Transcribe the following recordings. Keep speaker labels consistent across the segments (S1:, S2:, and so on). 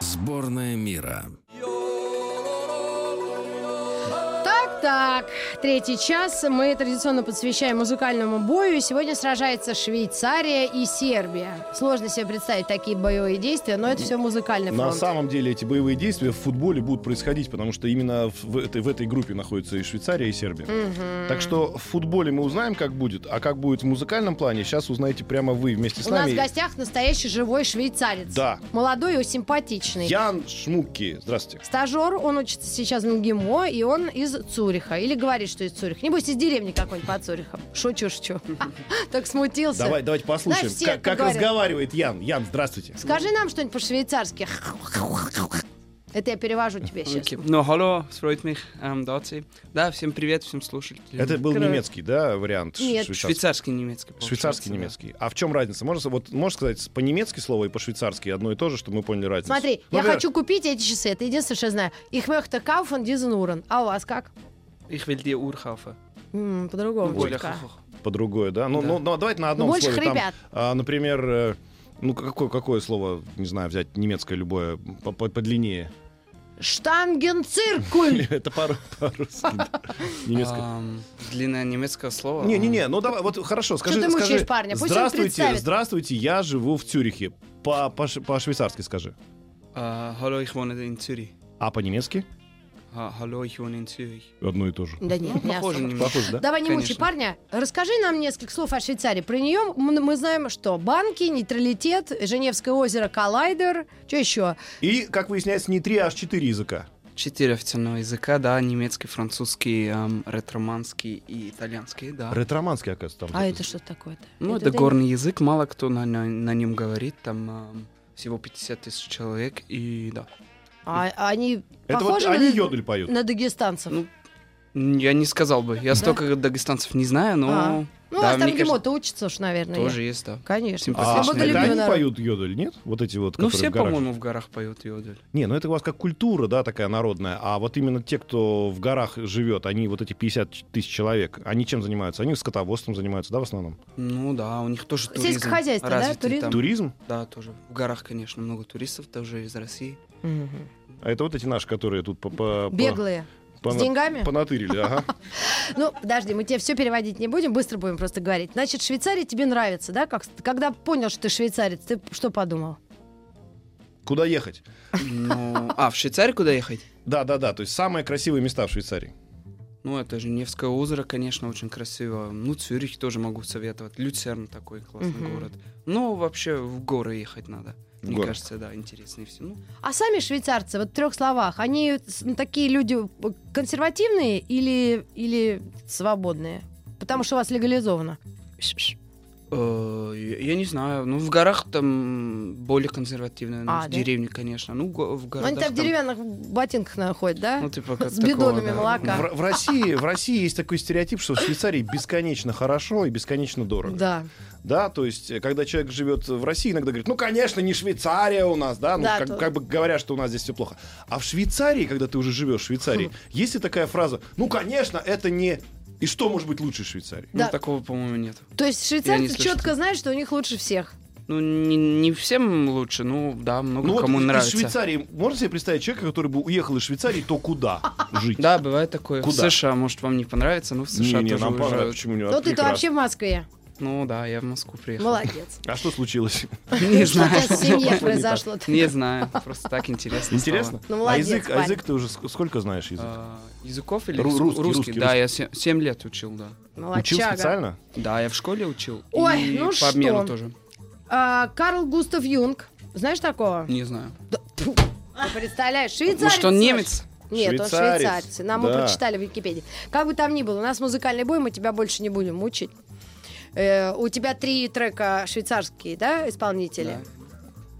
S1: Сборная мира.
S2: Так, третий час мы традиционно посвящаем музыкальному бою. Сегодня сражается Швейцария и Сербия. Сложно себе представить такие боевые действия, но это все музыкальный фронт.
S3: На самом деле эти боевые действия в футболе будут происходить, потому что именно в- в этой, в этой группе находятся и Швейцария, и Сербия.
S2: Мгм.
S3: Так что в футболе мы узнаем, как будет, а как будет в музыкальном плане, сейчас узнаете прямо вы вместе с
S2: У нас
S3: нами.
S2: в гостях настоящий живой швейцарец.
S3: Да.
S2: Молодой и симпатичный.
S3: Ян Шмукки, здравствуйте.
S2: Стажер, он учится сейчас в МГИМО, и он из Цюриха. Или говорит, что из Цюриха. Небось, из деревни какой-нибудь под Цюрихом. Шучу, шучу. Так смутился.
S3: Давай, давайте послушаем,
S2: Знаешь, все
S3: как,
S2: так
S3: как
S2: говорят.
S3: разговаривает Ян. Ян, здравствуйте.
S2: Скажи нам что-нибудь по-швейцарски. Это я перевожу тебе сейчас.
S4: Окей. Ну, hallo, es freut mich, ähm, da zu sein. Да, всем привет, всем слушателям.
S3: Это был
S2: Кровь.
S3: немецкий, да, вариант? ш-
S2: Нет.
S3: швейцарский?
S4: швейцарский немецкий. получается,
S3: Швейцарский
S4: да.
S3: немецкий. А в чем разница? Можно, с- вот, можешь сказать по-немецки слово и по-швейцарски одно и то же, чтобы мы поняли разницу?
S2: Смотри, я
S3: Ну, например,
S2: хочу купить эти часы. Это единственное, что я знаю. Их möchte kaufen diesen Uhren. А у вас как?
S4: Ich will die Uhr kaufen.
S2: М, по-другому.
S4: Более
S2: чутка.
S4: хохох.
S3: По-другое, да? Ну,
S4: Да.
S3: ну, ну, давайте на одном
S2: больше
S3: слове. Там,
S2: хрипят.
S3: а, например, э, ну какое, какое слово, не знаю, взять немецкое любое, по- по- подлиннее?
S2: Штангенциркуль.
S3: Это по- по-русски. да.
S2: А.
S3: Немецкое.
S4: Ам, Ähm, длинное немецкое слово.
S3: Не-не-не, ну давай, вот хорошо, скажи.
S2: ты мучаешь
S3: скажи,
S2: парня? Пусть он
S3: Здравствуйте,
S2: представит».
S3: здравствуйте, я живу в Цюрихе. По- по- По-швейцарски скажи.
S4: А, hallo, ich wohne in Zürich.
S3: А по-немецки?
S4: А, hallo, ich wohne in Zürich.
S3: Одно и то же.
S2: Да нет, не
S4: Ну, Похоже
S2: особо.
S4: немного.
S3: Похоже, да?
S2: Давай не мучи
S4: Конечно.
S2: парня. Расскажи нам несколько слов о Швейцарии. Про нее м- мы знаем, что банки, нейтралитет, Женевское озеро, коллайдер. Что еще?
S3: И, как выясняется, не три, а аж четыре языка.
S4: Четыре официального языка, да, немецкий, французский, эм, ретроманский и итальянский, да.
S3: Ретроманский, оказывается, там.
S2: А это что такое-то?
S4: Ну, это,
S2: да-
S4: горный язык, мало кто на, на- на нем говорит, там эм, всего 50 тысяч человек, и да.
S2: А они
S3: Это вот
S2: похожи
S3: они
S2: на-
S3: йодель поют.
S2: на дагестанцев?
S4: Ну, М, Я не сказал бы, я столько дагестанцев не знаю, но...
S2: Ну,
S4: да,
S2: а ну там
S4: мне кажется,
S2: Гимо-то учится уж, наверное.
S4: Тоже есть, да.
S2: Конечно.
S3: А,
S4: Симпатичный.
S3: это
S2: Свободолюбивый
S3: они
S2: народ.
S3: поют йодель, нет? Вот эти вот,
S4: Ну,
S3: которые
S4: все,
S3: в горах.
S4: по-моему, в горах поют йодель.
S3: Не, ну это у вас как культура, да, такая народная. А вот именно те, кто в горах живет, они вот эти 50 ч- тысяч человек, они чем занимаются? Они скотоводством занимаются, да, в основном?
S4: Ну да, у них тоже туризм.
S2: Сельскохозяйство, да,
S4: развитый
S2: туризм?
S4: там.
S3: Туризм?
S4: Да, тоже. В горах, конечно, много туристов, тоже из России.
S2: Мгм.
S3: А это вот эти наши, которые тут по- по- по-
S2: Беглые.
S3: пона-
S2: С деньгами?
S3: понатырили, ага.
S2: Ну, подожди, мы тебе все переводить не будем, быстро будем просто говорить. Значит, Швейцария тебе нравится, да? Как, когда понял, что ты швейцарец, ты что подумал?
S3: Куда ехать?
S4: Ну, а, в Швейцарию куда ехать?
S3: Да-да-да, то есть самые красивые места в Швейцарии.
S4: Ну, это же Невское озеро, конечно, очень красиво. Ну, Цюрих тоже могу советовать. Люцерн такой классный
S2: Мгм.
S4: город. Ну, вообще, в горы ехать надо.
S3: В
S4: Мне
S3: горы.
S4: кажется, да, интереснее все. Ну,
S2: А сами швейцарцы, вот в трех словах, они с- ну, такие люди консервативные или, или свободные? Потому что у вас легализовано. Ш-ш.
S4: э, я я не знаю. Ну, в горах там более консервативно. Ну,
S2: А,
S4: в
S2: да?
S4: деревне, конечно. Ну, го- в
S2: Ну,
S4: городах
S2: они там в
S4: там-
S2: деревянных ботинках находят, да?
S4: Ну, типа, как
S2: С
S4: такого,
S2: бидонами
S4: да.
S2: молока.
S3: В, в России, в России есть такой стереотип, что в Швейцарии бесконечно хорошо и бесконечно дорого.
S2: Да.
S3: Да, то есть, э, когда человек живет в России, иногда говорит, ну, конечно, не Швейцария у нас, да, ну,
S2: Да,
S3: как,
S2: то-
S3: как бы говоря, что у нас здесь все плохо. А в Швейцарии, когда ты уже живешь в Швейцарии,
S2: Хм.
S3: есть ли такая фраза, ну, конечно, это не... И что может быть лучше Швейцарии?
S4: Ну,
S2: Да.
S4: такого, по-моему, нет.
S2: То есть
S4: Я не
S2: швейцарцы
S4: слышу.
S2: четко знают, что у них лучше всех.
S4: Ну, не, не всем лучше, ну да, много
S3: Ну, вот
S4: кому
S3: из- из
S4: нравится.
S3: Швейцарии, можно себе представить человека, который бы уехал из Швейцарии, то куда жить?
S4: Да, бывает такое.
S3: Куда?
S4: В США, может, вам не понравится, но в
S3: Не,
S4: США
S3: не,
S4: тоже
S3: нам
S4: уезжают.
S3: понравилось, почему не
S2: Ну, ты-то
S3: Прекрасно.
S2: вообще в Москве.
S4: Ну да, я в Москву приехал.
S2: Молодец.
S3: А что случилось?
S4: Не
S2: Что у тебя
S4: знаю.
S2: с семьей произошло?
S4: Не знаю, просто так интересно.
S3: Интересно?
S2: Ну, молодец,
S3: а язык, а
S2: парень.
S3: язык ты уже ск- сколько знаешь язык?
S4: стало. А, Языков или
S3: Ру-
S4: рус-
S3: русский, русский,
S4: Да, я 7 лет учил, да.
S3: Учил
S2: Молодчага.
S3: специально?
S4: Да, я в школе учил.
S2: Ой,
S4: и
S2: ну
S4: по обмену
S2: что?
S4: тоже.
S2: А, Карл Густав Юнг. Знаешь такого?
S4: Не знаю.
S2: Да, тьфу. Ты представляешь, швейцарец.
S4: Может, он
S2: Саш.
S4: немец?
S2: Нет, он
S3: Ну Швейцарец,
S2: швейцарец. Нам мы
S3: да.
S2: прочитали в Википедии. Как бы там ни было, у нас музыкальный бой, мы тебя больше не будем мучить. Э, у тебя три трека швейцарские, да, исполнители?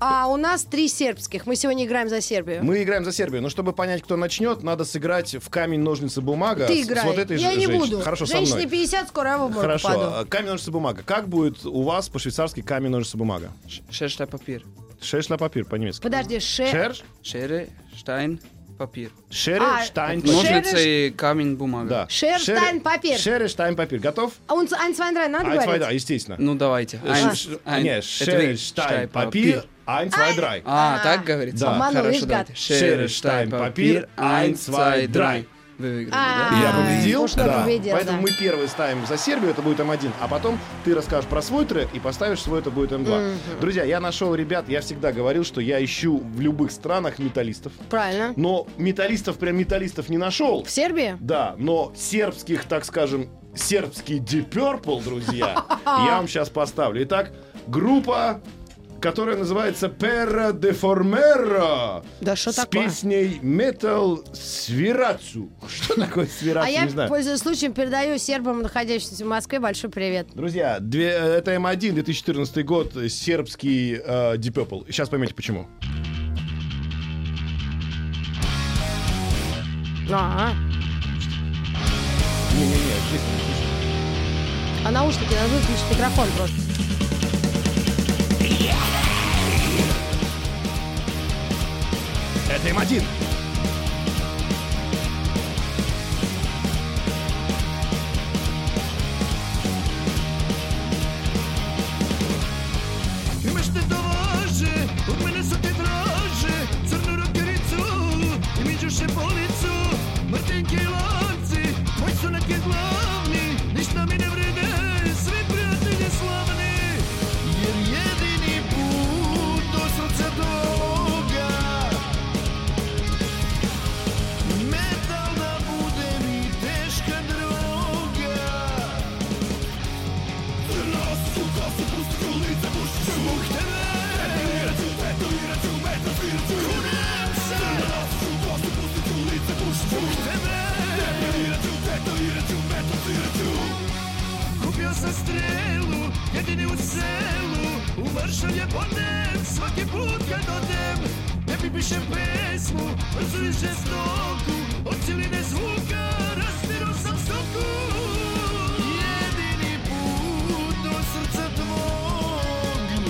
S2: А у нас три сербских. Мы сегодня играем за Сербию.
S3: Мы играем за Сербию, но чтобы понять, кто начнет, надо сыграть в камень, ножницы, бумага.
S2: Ты
S3: с-
S2: играй.
S3: С вот этой
S2: Я
S3: же
S2: не
S3: женщиной.
S2: буду.
S3: Хорошо, со
S2: Женщине
S3: мной.
S2: 50, скоро я в обморок
S3: Хорошо. Э,
S2: паду.
S3: а, Камень, ножницы, бумага. Как будет у вас по-швейцарски камень, ножницы, бумага?
S4: Шершта папир.
S3: Шеш на папир по-немецки.
S2: Подожди, ше...
S3: Шер,
S4: Шере, штайн, папир.
S3: шере,
S2: А,
S4: ну,
S2: Шер-
S3: штайн, папир.
S4: Ножницы и камень, бумага.
S3: Да.
S2: Шер,
S3: Шере-
S2: штайн, папир.
S3: Шере, штайн, папир. Готов?
S2: А он Айнцвайндрай надо
S3: Ein, zwei,
S2: говорить?
S3: drei, естественно.
S4: Ну давайте. Ein-
S3: Ш-
S4: ein-
S3: а, Не,
S4: это
S3: шере,
S4: вы-
S3: штайн, папир. Ein, zwei, drei.
S4: А, так говорится?
S3: Да.
S2: Обманул,
S4: Хорошо,
S2: видишь,
S4: давайте.
S2: гад.
S4: Шере, штайн, папир. Ein, zwei, drei. Вы выиграли, да?
S2: А,
S3: Я победил,
S2: Пушкин
S3: да.
S2: победил,
S3: Поэтому
S2: да.
S3: мы первые ставим за Сербию, это будет М1. А потом ты расскажешь про свой трек и поставишь свой, это будет М2. Друзья, я нашел ребят, я всегда говорил, что я ищу в любых странах металлистов.
S2: Правильно.
S3: Но металлистов, прям металлистов не нашел.
S2: В Сербии?
S3: Да, но сербских, так скажем, сербский Deep Purple, друзья, я вам сейчас поставлю. Итак, группа, которая называется Perra Deformera.
S2: Да что
S3: с
S2: такое?
S3: песней Metal Свирацу. Что такое Свирацу,
S2: А
S3: не
S2: я,
S3: знаю.
S2: пользуясь случаем, передаю сербам, находящимся в Москве, большой привет.
S3: Друзья, две- э, это М1, 2014 год, э, сербский э, Deep Purple. Сейчас поймете, почему.
S2: А, а наушники надо выключить микрофон просто.
S3: Это М1.
S5: Imaš te do vože, od mene su ti drože Crnu rokericu i miđu šepolicu Mrtinke i lonci, tvoji su neki glavni Ništa mi ne vrede, svi prijatelji slavni Jer jedini put do srca toga Metal da bude mi teška droga Kupio sam strelu, jedini u selu U Varšav je bonem, svaki put kad odem Ne bi pišem pesmu, brzu i žestoku Od ciline zvuka, rastirao sam stoku Jedini put do srca tvog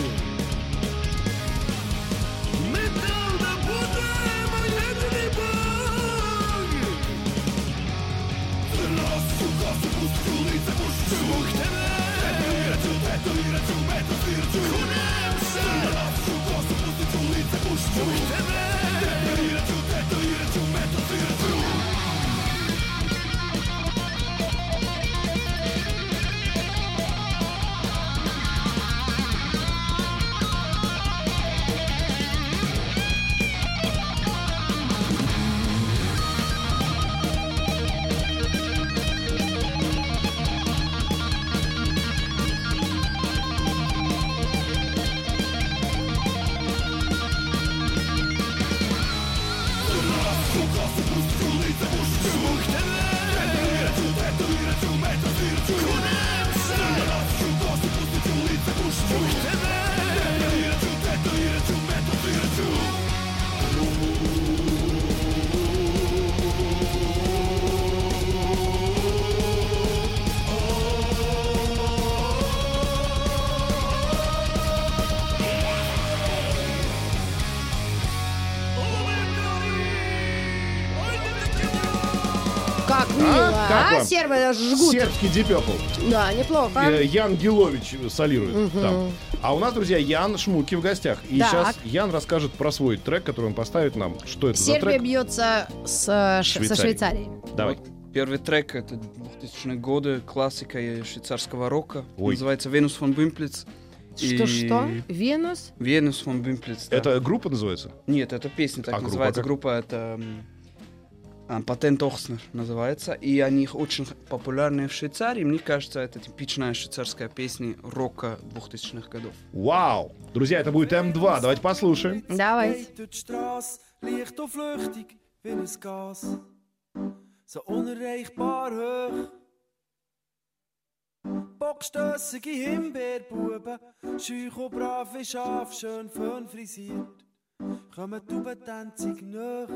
S5: Metal da budem, ali jedini bog
S2: Как мило. А,
S3: как вам?
S2: сербы даже жгут.
S3: Сербский Deep Purple.
S2: Да, неплохо. а?
S3: Э, Ян Гилович солирует там. А у нас, друзья, Ян Шмуки в гостях. И
S2: Так.
S3: сейчас Ян расскажет про свой трек, который он поставит нам. Что это за
S2: Сербия
S3: трек?
S2: бьется с, э, ш- со
S3: Швейцарией.
S2: Швейцарией.
S3: Давай.
S4: Вот Первый трек это 2000-е годы, классика э, швейцарского рока.
S3: Ой.
S4: Называется Венус фон Бимплиц.
S2: Что-что? Венус?
S4: Венус фон Бимплиц. да.
S3: Это группа называется?
S4: Нет, это песня так
S3: А группа
S4: называется.
S3: как?
S4: Группа, это м, а, Патент Охснер называется. И они очень популярны в Швейцарии. Мне кажется, это типичная швейцарская песня рока 2000-х годов.
S3: Вау! Друзья, это будет М2. Давайте послушаем.
S2: Давай.
S5: Geht durch die Straße, leicht und flüchtig wie ein Gas. So unerreichbar hoch. Bockstössige Himbeerbuben, scheuch und brav wie Schaf, schön föhn frisiert. Kommen Taubentänzig nach.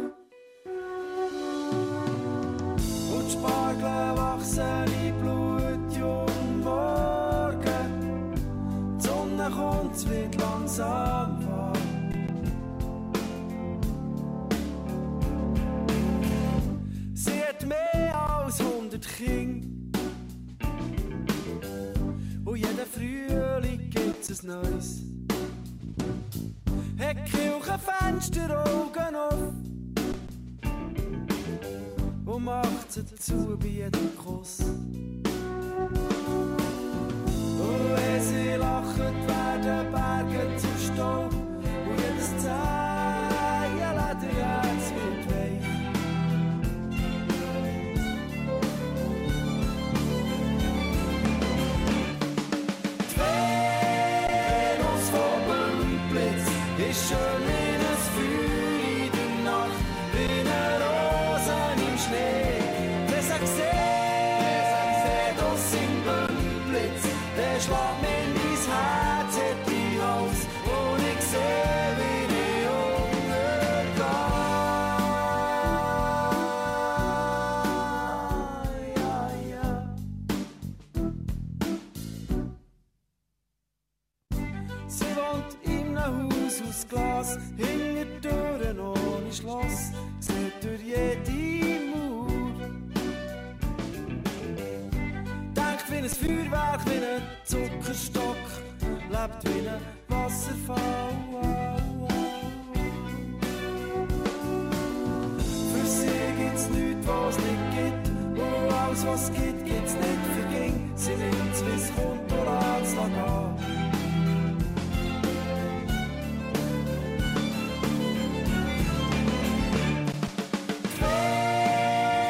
S5: Und die Spargel wachsen in Blut, jung morgen. Die Sonne kommt, es wird langsam warm. ging. Und jeden Frühling gibt's es Neues. Hat Kirchenfenster Augen auf und macht sie zu bei jedem Kuss. Und wenn sie lachen, werden Berge zu Staub und jedes Zehenlederherz wird weich. Venus vom Blitz ist schön in ein Feuer in der Nacht, wie eine Rose im Schnee. Wer sagt seh, Venus im Blitz, der schlägt mir mein Herz in die Haus und ich seh, wie ich untergehe. Ja, ja. Sie wohnt in einem Haus aus Glas, hinter Türen ohne Schloss, sieht durch jede Mauer. Denkt wie ein Feuerwerk, wie ein Zuckerstock, lebt wie ein Wasserfall. Für sie gibt's nichts, was nicht gibt, und alles, was gibt, gibt's nicht für ging. Sie nimmt's, wie's kommt, und lässt's gehen.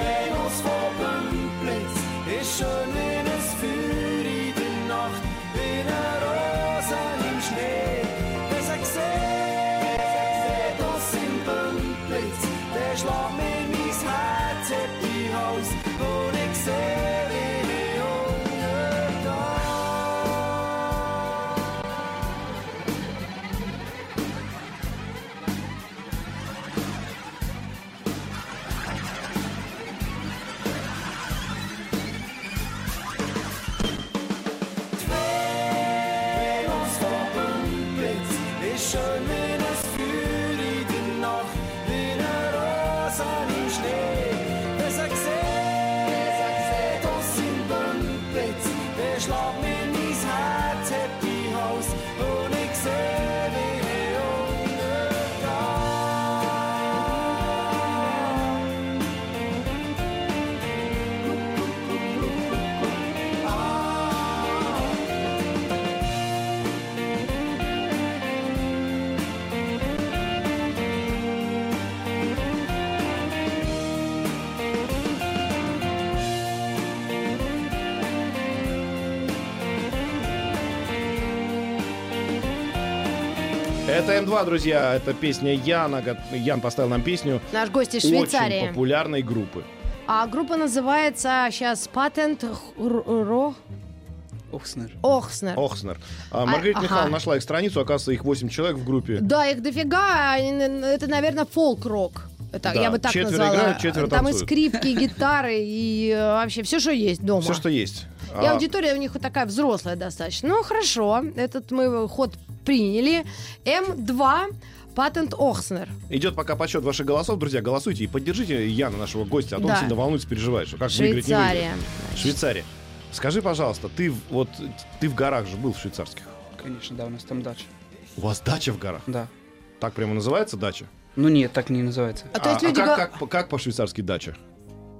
S5: Venus vom Blitz ist schön wie ein Feuer in der Nacht, wie eine Rose im Schnee. Wer sie sieht, Venus im Blitz, der schlägt mir mein Herz in die Haus und ich sehe, wie die untergeht. Venus vom Blitz ist schön wie ein Feuer in der Nacht, wie eine Rose im Schnee. Wer sie sieht, Venus im Blitz, der schlägt mir mein Herz in die Haus und ich sehe, wie ich untergehe.
S3: Это М2, друзья. Это песня Яна. Га- Ян поставил нам песню
S2: Наш гость из
S3: очень
S2: Швейцарии.
S3: популярной группы.
S2: А группа называется сейчас Патент Ро
S4: Охснер.
S2: Охснер.
S3: Охснер. А, Маргарита
S2: ага.
S3: Михайловна нашла их страницу. Оказывается, их 8 человек в группе.
S2: Да, их дофига. они, н- Это, наверное, фолк-рок. Это,
S3: Да,
S2: я бы так
S3: четверо
S2: назвала.
S3: играют, четверо
S2: Там и
S3: танцуют.
S2: скрипки, и гитары, и э, вообще все, что есть дома.
S3: Все, что есть.
S2: И
S3: А,
S2: аудитория у них вот такая взрослая достаточно. Ну, хорошо, этот мы ход приняли. М2, патент Охснер.
S3: Идет пока подсчет ваших голосов, друзья. Голосуйте и поддержите Яна, нашего гостя, а то
S2: Да.
S3: он сильно волнуется, переживает, что как выиграть, не
S2: Швейцария.
S3: выиграть. Швейцария. Скажи, пожалуйста, ты в- вот ты в горах же был в швейцарских.
S4: Конечно, да, у нас там дача.
S3: У вас дача в горах?
S4: Да.
S3: Так прямо называется дача?
S4: Ну нет, так не называется.
S2: А то есть люди...
S3: как,
S2: го-
S3: как по- как по-швейцарски дача?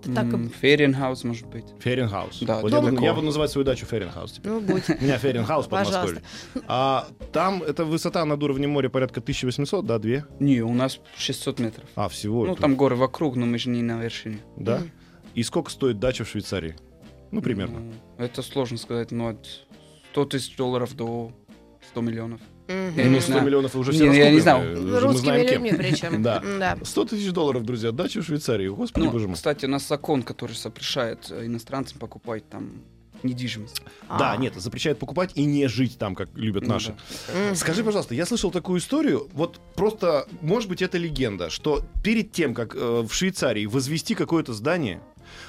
S2: А, так и-
S4: М, Ференхаус, может быть.
S3: Ференхаус.
S4: Да,
S3: Вот
S4: дом
S3: я, буду-
S4: такого.
S3: я буду называть свою дачу Ференхаус теперь.
S2: Ну, будь.
S3: У меня Ференхаус под Москвой.
S2: Пожалуйста.
S3: А там это высота над уровнем моря порядка 1800, да, 2?
S4: Не, у нас 600 метров.
S3: А, всего?
S4: Ну, там горы вокруг, но мы же не на вершине.
S3: Да? И сколько стоит дача в Швейцарии? Ну, примерно.
S4: Ну, Это сложно сказать, но от 100 тысяч долларов до 100 миллионов.
S2: Мгм.
S4: Я не
S3: 100
S4: знаю.
S3: миллионов уже
S4: Не,
S3: все
S4: ну, я не знал.
S3: раскуплены, уже э, мы
S2: Русскими
S3: знаем, кем.
S2: людьми причем.
S3: Да.
S2: Да.
S3: 100 тысяч долларов, друзья, дача в Швейцарии. Господи,
S4: Ну,
S3: боже мой.
S4: кстати, у нас закон, который запрещает э, иностранцам покупать там недвижимость.
S3: Да,
S2: А.
S3: нет, запрещает покупать и не жить там, как любят
S4: Ну
S3: наши.
S2: Мгм.
S3: Скажи, пожалуйста, я слышал такую историю, вот просто, может быть, это легенда, что перед тем, как э, в Швейцарии возвести какое-то здание,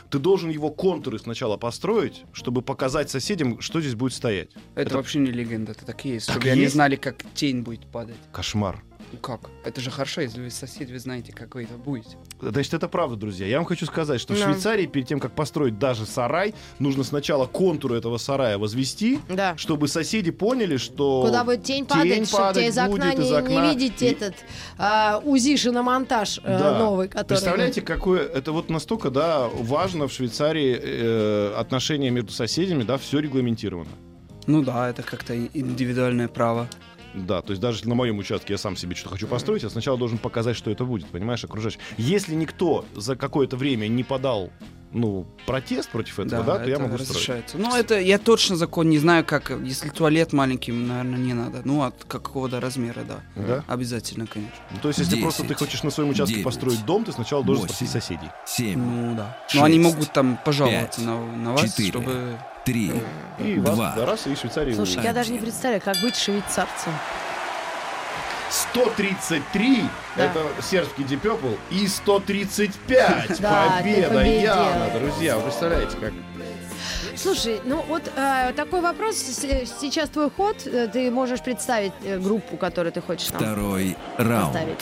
S3: ты должен его контуры сначала построить, чтобы показать соседям, что здесь будет стоять.
S4: Это,
S3: Это-
S4: вообще не легенда, это так и есть,
S3: Так
S4: чтобы
S3: и
S4: они
S3: есть?
S4: знали, как тень будет падать.
S3: Кошмар.
S4: Ну как? Это же хорошо, если вы сосед, вы знаете, какой это будет.
S3: Значит, это правда, друзья. Я вам хочу сказать, что в
S2: Да.
S3: Швейцарии перед тем, как построить даже сарай, нужно сначала контуры этого сарая возвести,
S2: Да.
S3: чтобы соседи поняли, что
S2: Куда будет тень падать, чтобы тебя из окна,
S3: будет,
S2: не,
S3: из
S2: не
S3: окна.
S2: видеть
S3: И-
S2: этот а, Узишина монтаж э,
S3: Да.
S2: новый, который...
S3: Представляете, какое это вот настолько, да, важно в Швейцарии э, отношения между соседями, да, все регламентировано.
S4: Ну да, это как-то и- индивидуальное право.
S3: Да, то есть даже если на моем участке я сам себе что-то хочу построить, я сначала должен показать, что это будет, понимаешь, окружающим. Если никто за какое-то время не подал, ну, протест против этого, да, то я
S4: это
S3: могу строить.
S4: разрешается. Ну, это я точно закон не знаю, как. Если туалет маленький, наверное, не надо. Ну, от какого-то размера, да.
S3: Да?
S4: Обязательно, конечно.
S3: Ну, То есть, если просто ты
S1: Десять,
S3: хочешь на своем участке
S1: девять,
S3: построить дом, ты сначала должен
S1: восемь,
S3: спросить соседей.
S1: семь,
S4: Ну да. Но они
S1: Шесть,
S4: могут там пожаловаться
S1: пять,
S4: на, на вас,
S1: четыре.
S4: чтобы.
S1: три,
S3: И
S1: Два.
S3: вас, да, раз, и Швейцария.
S2: Слушай, я
S1: Один.
S2: даже не представляю, как быть швейцарцем.
S3: 133
S2: Да.
S3: это сербский депепл и 135
S2: Да, ты
S3: победа
S2: победил.
S3: Яна, друзья, вы представляете как?
S2: Слушай, ну вот э, такой вопрос, с- сейчас твой ход, э, ты можешь представить э, группу, которую ты хочешь нам
S1: второй раунд.
S2: поставить.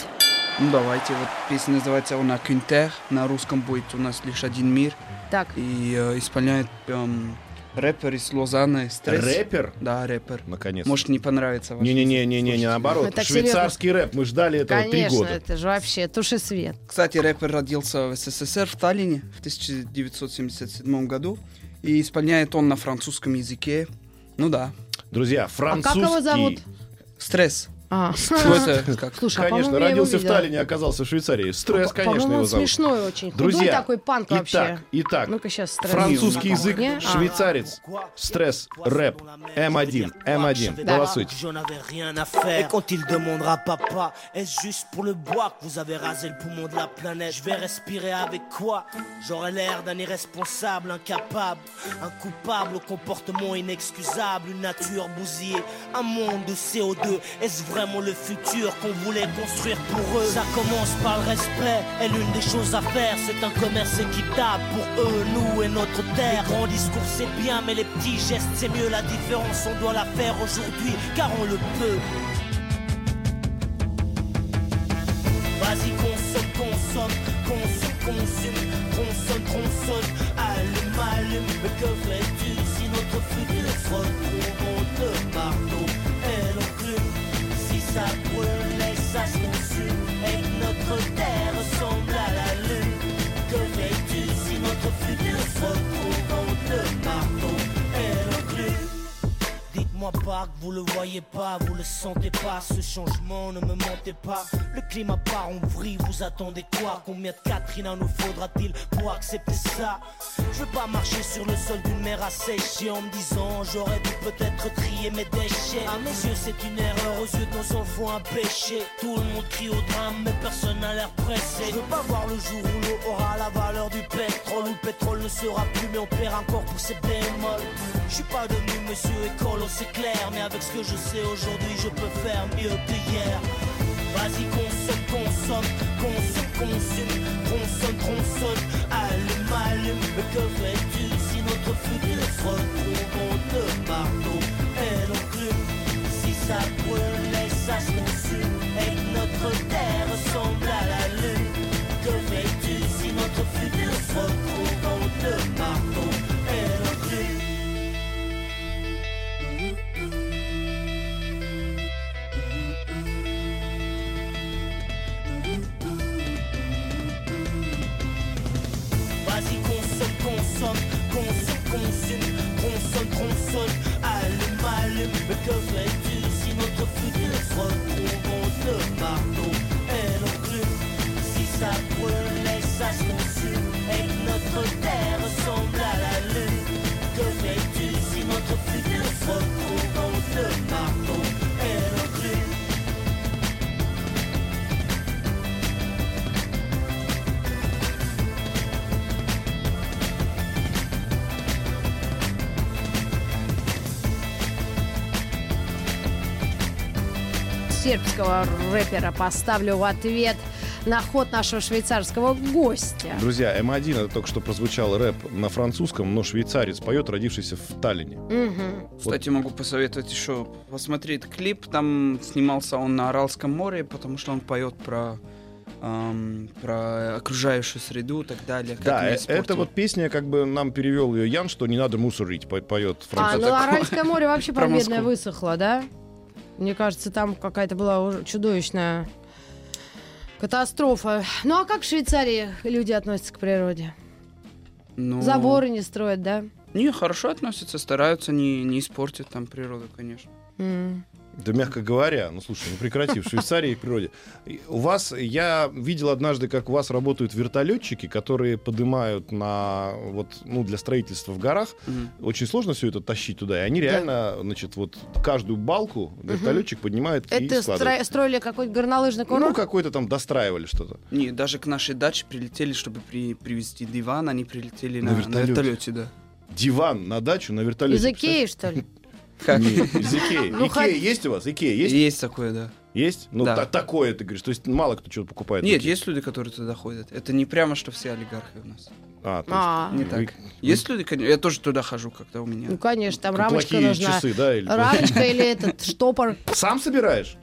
S4: Ну давайте, вот песня называется «Она Кюнтер». На русском будет у нас лишь один мир.
S2: Так,
S4: И э, исполняет эм, рэпер из Лозанны Стресс.
S3: Рэпер,
S4: Да, рэпер.
S3: наконец.
S4: Может, не понравится вам.
S3: не, не, не, не, не, не, наоборот.
S2: Ну, так
S3: Швейцарский рэп, мы ждали этого три
S2: конечно,
S3: года.
S2: это же вообще туши свет.
S4: Кстати, рэпер родился в СССР в Таллине в 1977 году. И исполняет он на французском языке. Ну да.
S3: Друзья, французский.
S2: А его зовут?
S4: Стресс.
S2: А.
S4: Ну, это как?
S2: Слушай, а, по-моему,
S3: Конечно,
S2: я его
S3: родился в
S2: видела.
S3: Таллине, оказался в Швейцарии. Стресс,
S2: По-
S3: конечно,
S2: По-моему,
S3: его
S2: он
S3: зовут.
S2: смешной очень. Худой
S3: Друзья,
S2: такой панк
S3: итак,
S2: вообще.
S3: итак,
S2: Ну-ка сейчас стресс.
S3: Французский язык,
S2: Не? А.
S3: швейцарец, стресс, рэп, эм М1, М1,
S2: Да.
S3: голосуйте.
S6: J'en avais rien à faire. Et quand il demandera papa, est-ce juste pour le bois que vous avez rasé le poumon de la planète Je vais respirer avec quoi J'aurai l'air d'un irresponsable, incapable, un coupable au comportement inexcusable, une nature bousillée, un monde de CO2. Est-ce vraiment le futur qu'on voulait construire pour eux Ça commence par le respect, et l'une des choses à faire, c'est un commerce équitable pour eux, nous et notre terre. Les grands discours c'est bien, mais les petits gestes c'est mieux. La différence on doit la faire aujourd'hui, car on le peut. Vas-y, consomme, consomme, consomme, consume, consomme, consomme, allume, allume. Mais que ferais-tu si notre futur se retrouve entre le marteau et l'enclume Si ça brûle et ça se consume, et que notre terre ressemble à la lune. Que ferais-tu si notre futur se retrouve entre le marteau et l'enclume Dites-moi pas que vous le voyez pas, vous le sentez pas, ce changement ne me mentez pas. Le climat part en vrille, vous attendez quoi Combien de Katrina nous faudra-t-il pour accepter ça Je veux pas marcher sur le sol d'une mer asséchée en me disant j'aurais dû peut-être trier mes déchets. À mes yeux c'est une erreur, aux yeux de nos enfants un péché. Tout le monde crie au drame, mais personne n'a l'air pressé. Je veux pas voir le jour où l'eau aura la valeur du pétrole, où le pétrole ne sera plus, mais on perd encore pour ses bémols. Je suis pas devenu monsieur écolo, c'est clair, mais avec ce que je sais aujourd'hui, je peux faire mieux que hier. Vas-y, consomme, consomme, consomme, consume, consomme, consomme, allume, allume. Mais que fais-tu si notre futur se retrouve entre le marteau et l'enclume Si ça brûle et ça se consume, et que notre terre ressemble à la lune. Que fais-tu si notre futur se retrouve entre le marteau et l'enclume Vas-y, consomme, consomme, consomme, consume, consomme, consomme, allume, allume. Mais que fais-tu si notre futur se retrouve entre le marteau et l'enclume Si ça brûle et ça se consume, et que notre terre ressemble à la lune. Que fais-tu si notre futur se retrouve entre le marteau et l'enclume
S2: сербского рэпера поставлю в ответ на ход нашего швейцарского гостя.
S3: Друзья, М1 это только что прозвучал рэп на французском, но швейцарец поет, родившийся в Таллине.
S2: Мгм.
S4: Кстати, могу посоветовать еще посмотреть клип. Там снимался он на Аралском море, потому что он поет про эм, про окружающую среду и так далее. как
S3: Да,
S4: мы
S3: э- это
S4: испортим.
S3: вот песня, как бы нам перевел ее Ян, что не надо мусорить, по- поет
S2: А,
S3: француз.
S2: ну Аральское море вообще
S4: Про Москву.
S2: победное высохло, да? Мне кажется, там какая-то была уж- чудовищная катастрофа. Ну а как в Швейцарии люди относятся к природе?
S4: Ну,
S2: Заборы не строят, да?
S4: Не, хорошо относятся, стараются не, не испортить там природу, конечно.
S2: М.
S3: Да, мягко говоря, ну слушай, ну прекрати, в Швейцарии и в природе. И У вас, я видел однажды, как у вас работают вертолетчики, которые поднимают на, вот, ну, для строительства в горах.
S4: Мгм.
S3: Очень сложно все это тащить туда, и они реально, значит, вот каждую балку вертолетчик поднимает и
S2: Это
S3: складывает.
S2: стро- строили какой-то горнолыжный
S3: Ну,
S2: курорт?
S3: какой-то там достраивали что-то.
S4: Не, даже к нашей даче прилетели, чтобы при- привезти диван, они прилетели
S3: На
S4: на,
S3: вертолете.
S4: вертолете, да.
S3: Диван на дачу на вертолете.
S2: Из Икеи, что ли?
S4: Как?
S3: Нет, из Икеи.
S2: Ну,
S3: Икея
S2: хоть-
S3: есть у вас? Икея
S4: Есть?
S3: есть?
S4: такое, да.
S3: Есть? Ну,
S4: Да.
S3: та- такое, ты говоришь. То есть мало кто чего покупает. в
S4: Нет,
S3: Икее.
S4: есть люди, которые туда ходят. Это не прямо, что все олигархи у нас.
S3: А, то есть
S2: А,
S4: Не
S3: Вы-
S4: так. Есть люди, конечно. Я тоже туда хожу, когда у меня.
S2: ну конечно, там рамочка
S3: плохие
S2: нужна.
S3: часы, да? или-
S2: Рамочка или этот штопор.
S3: Сам собираешь?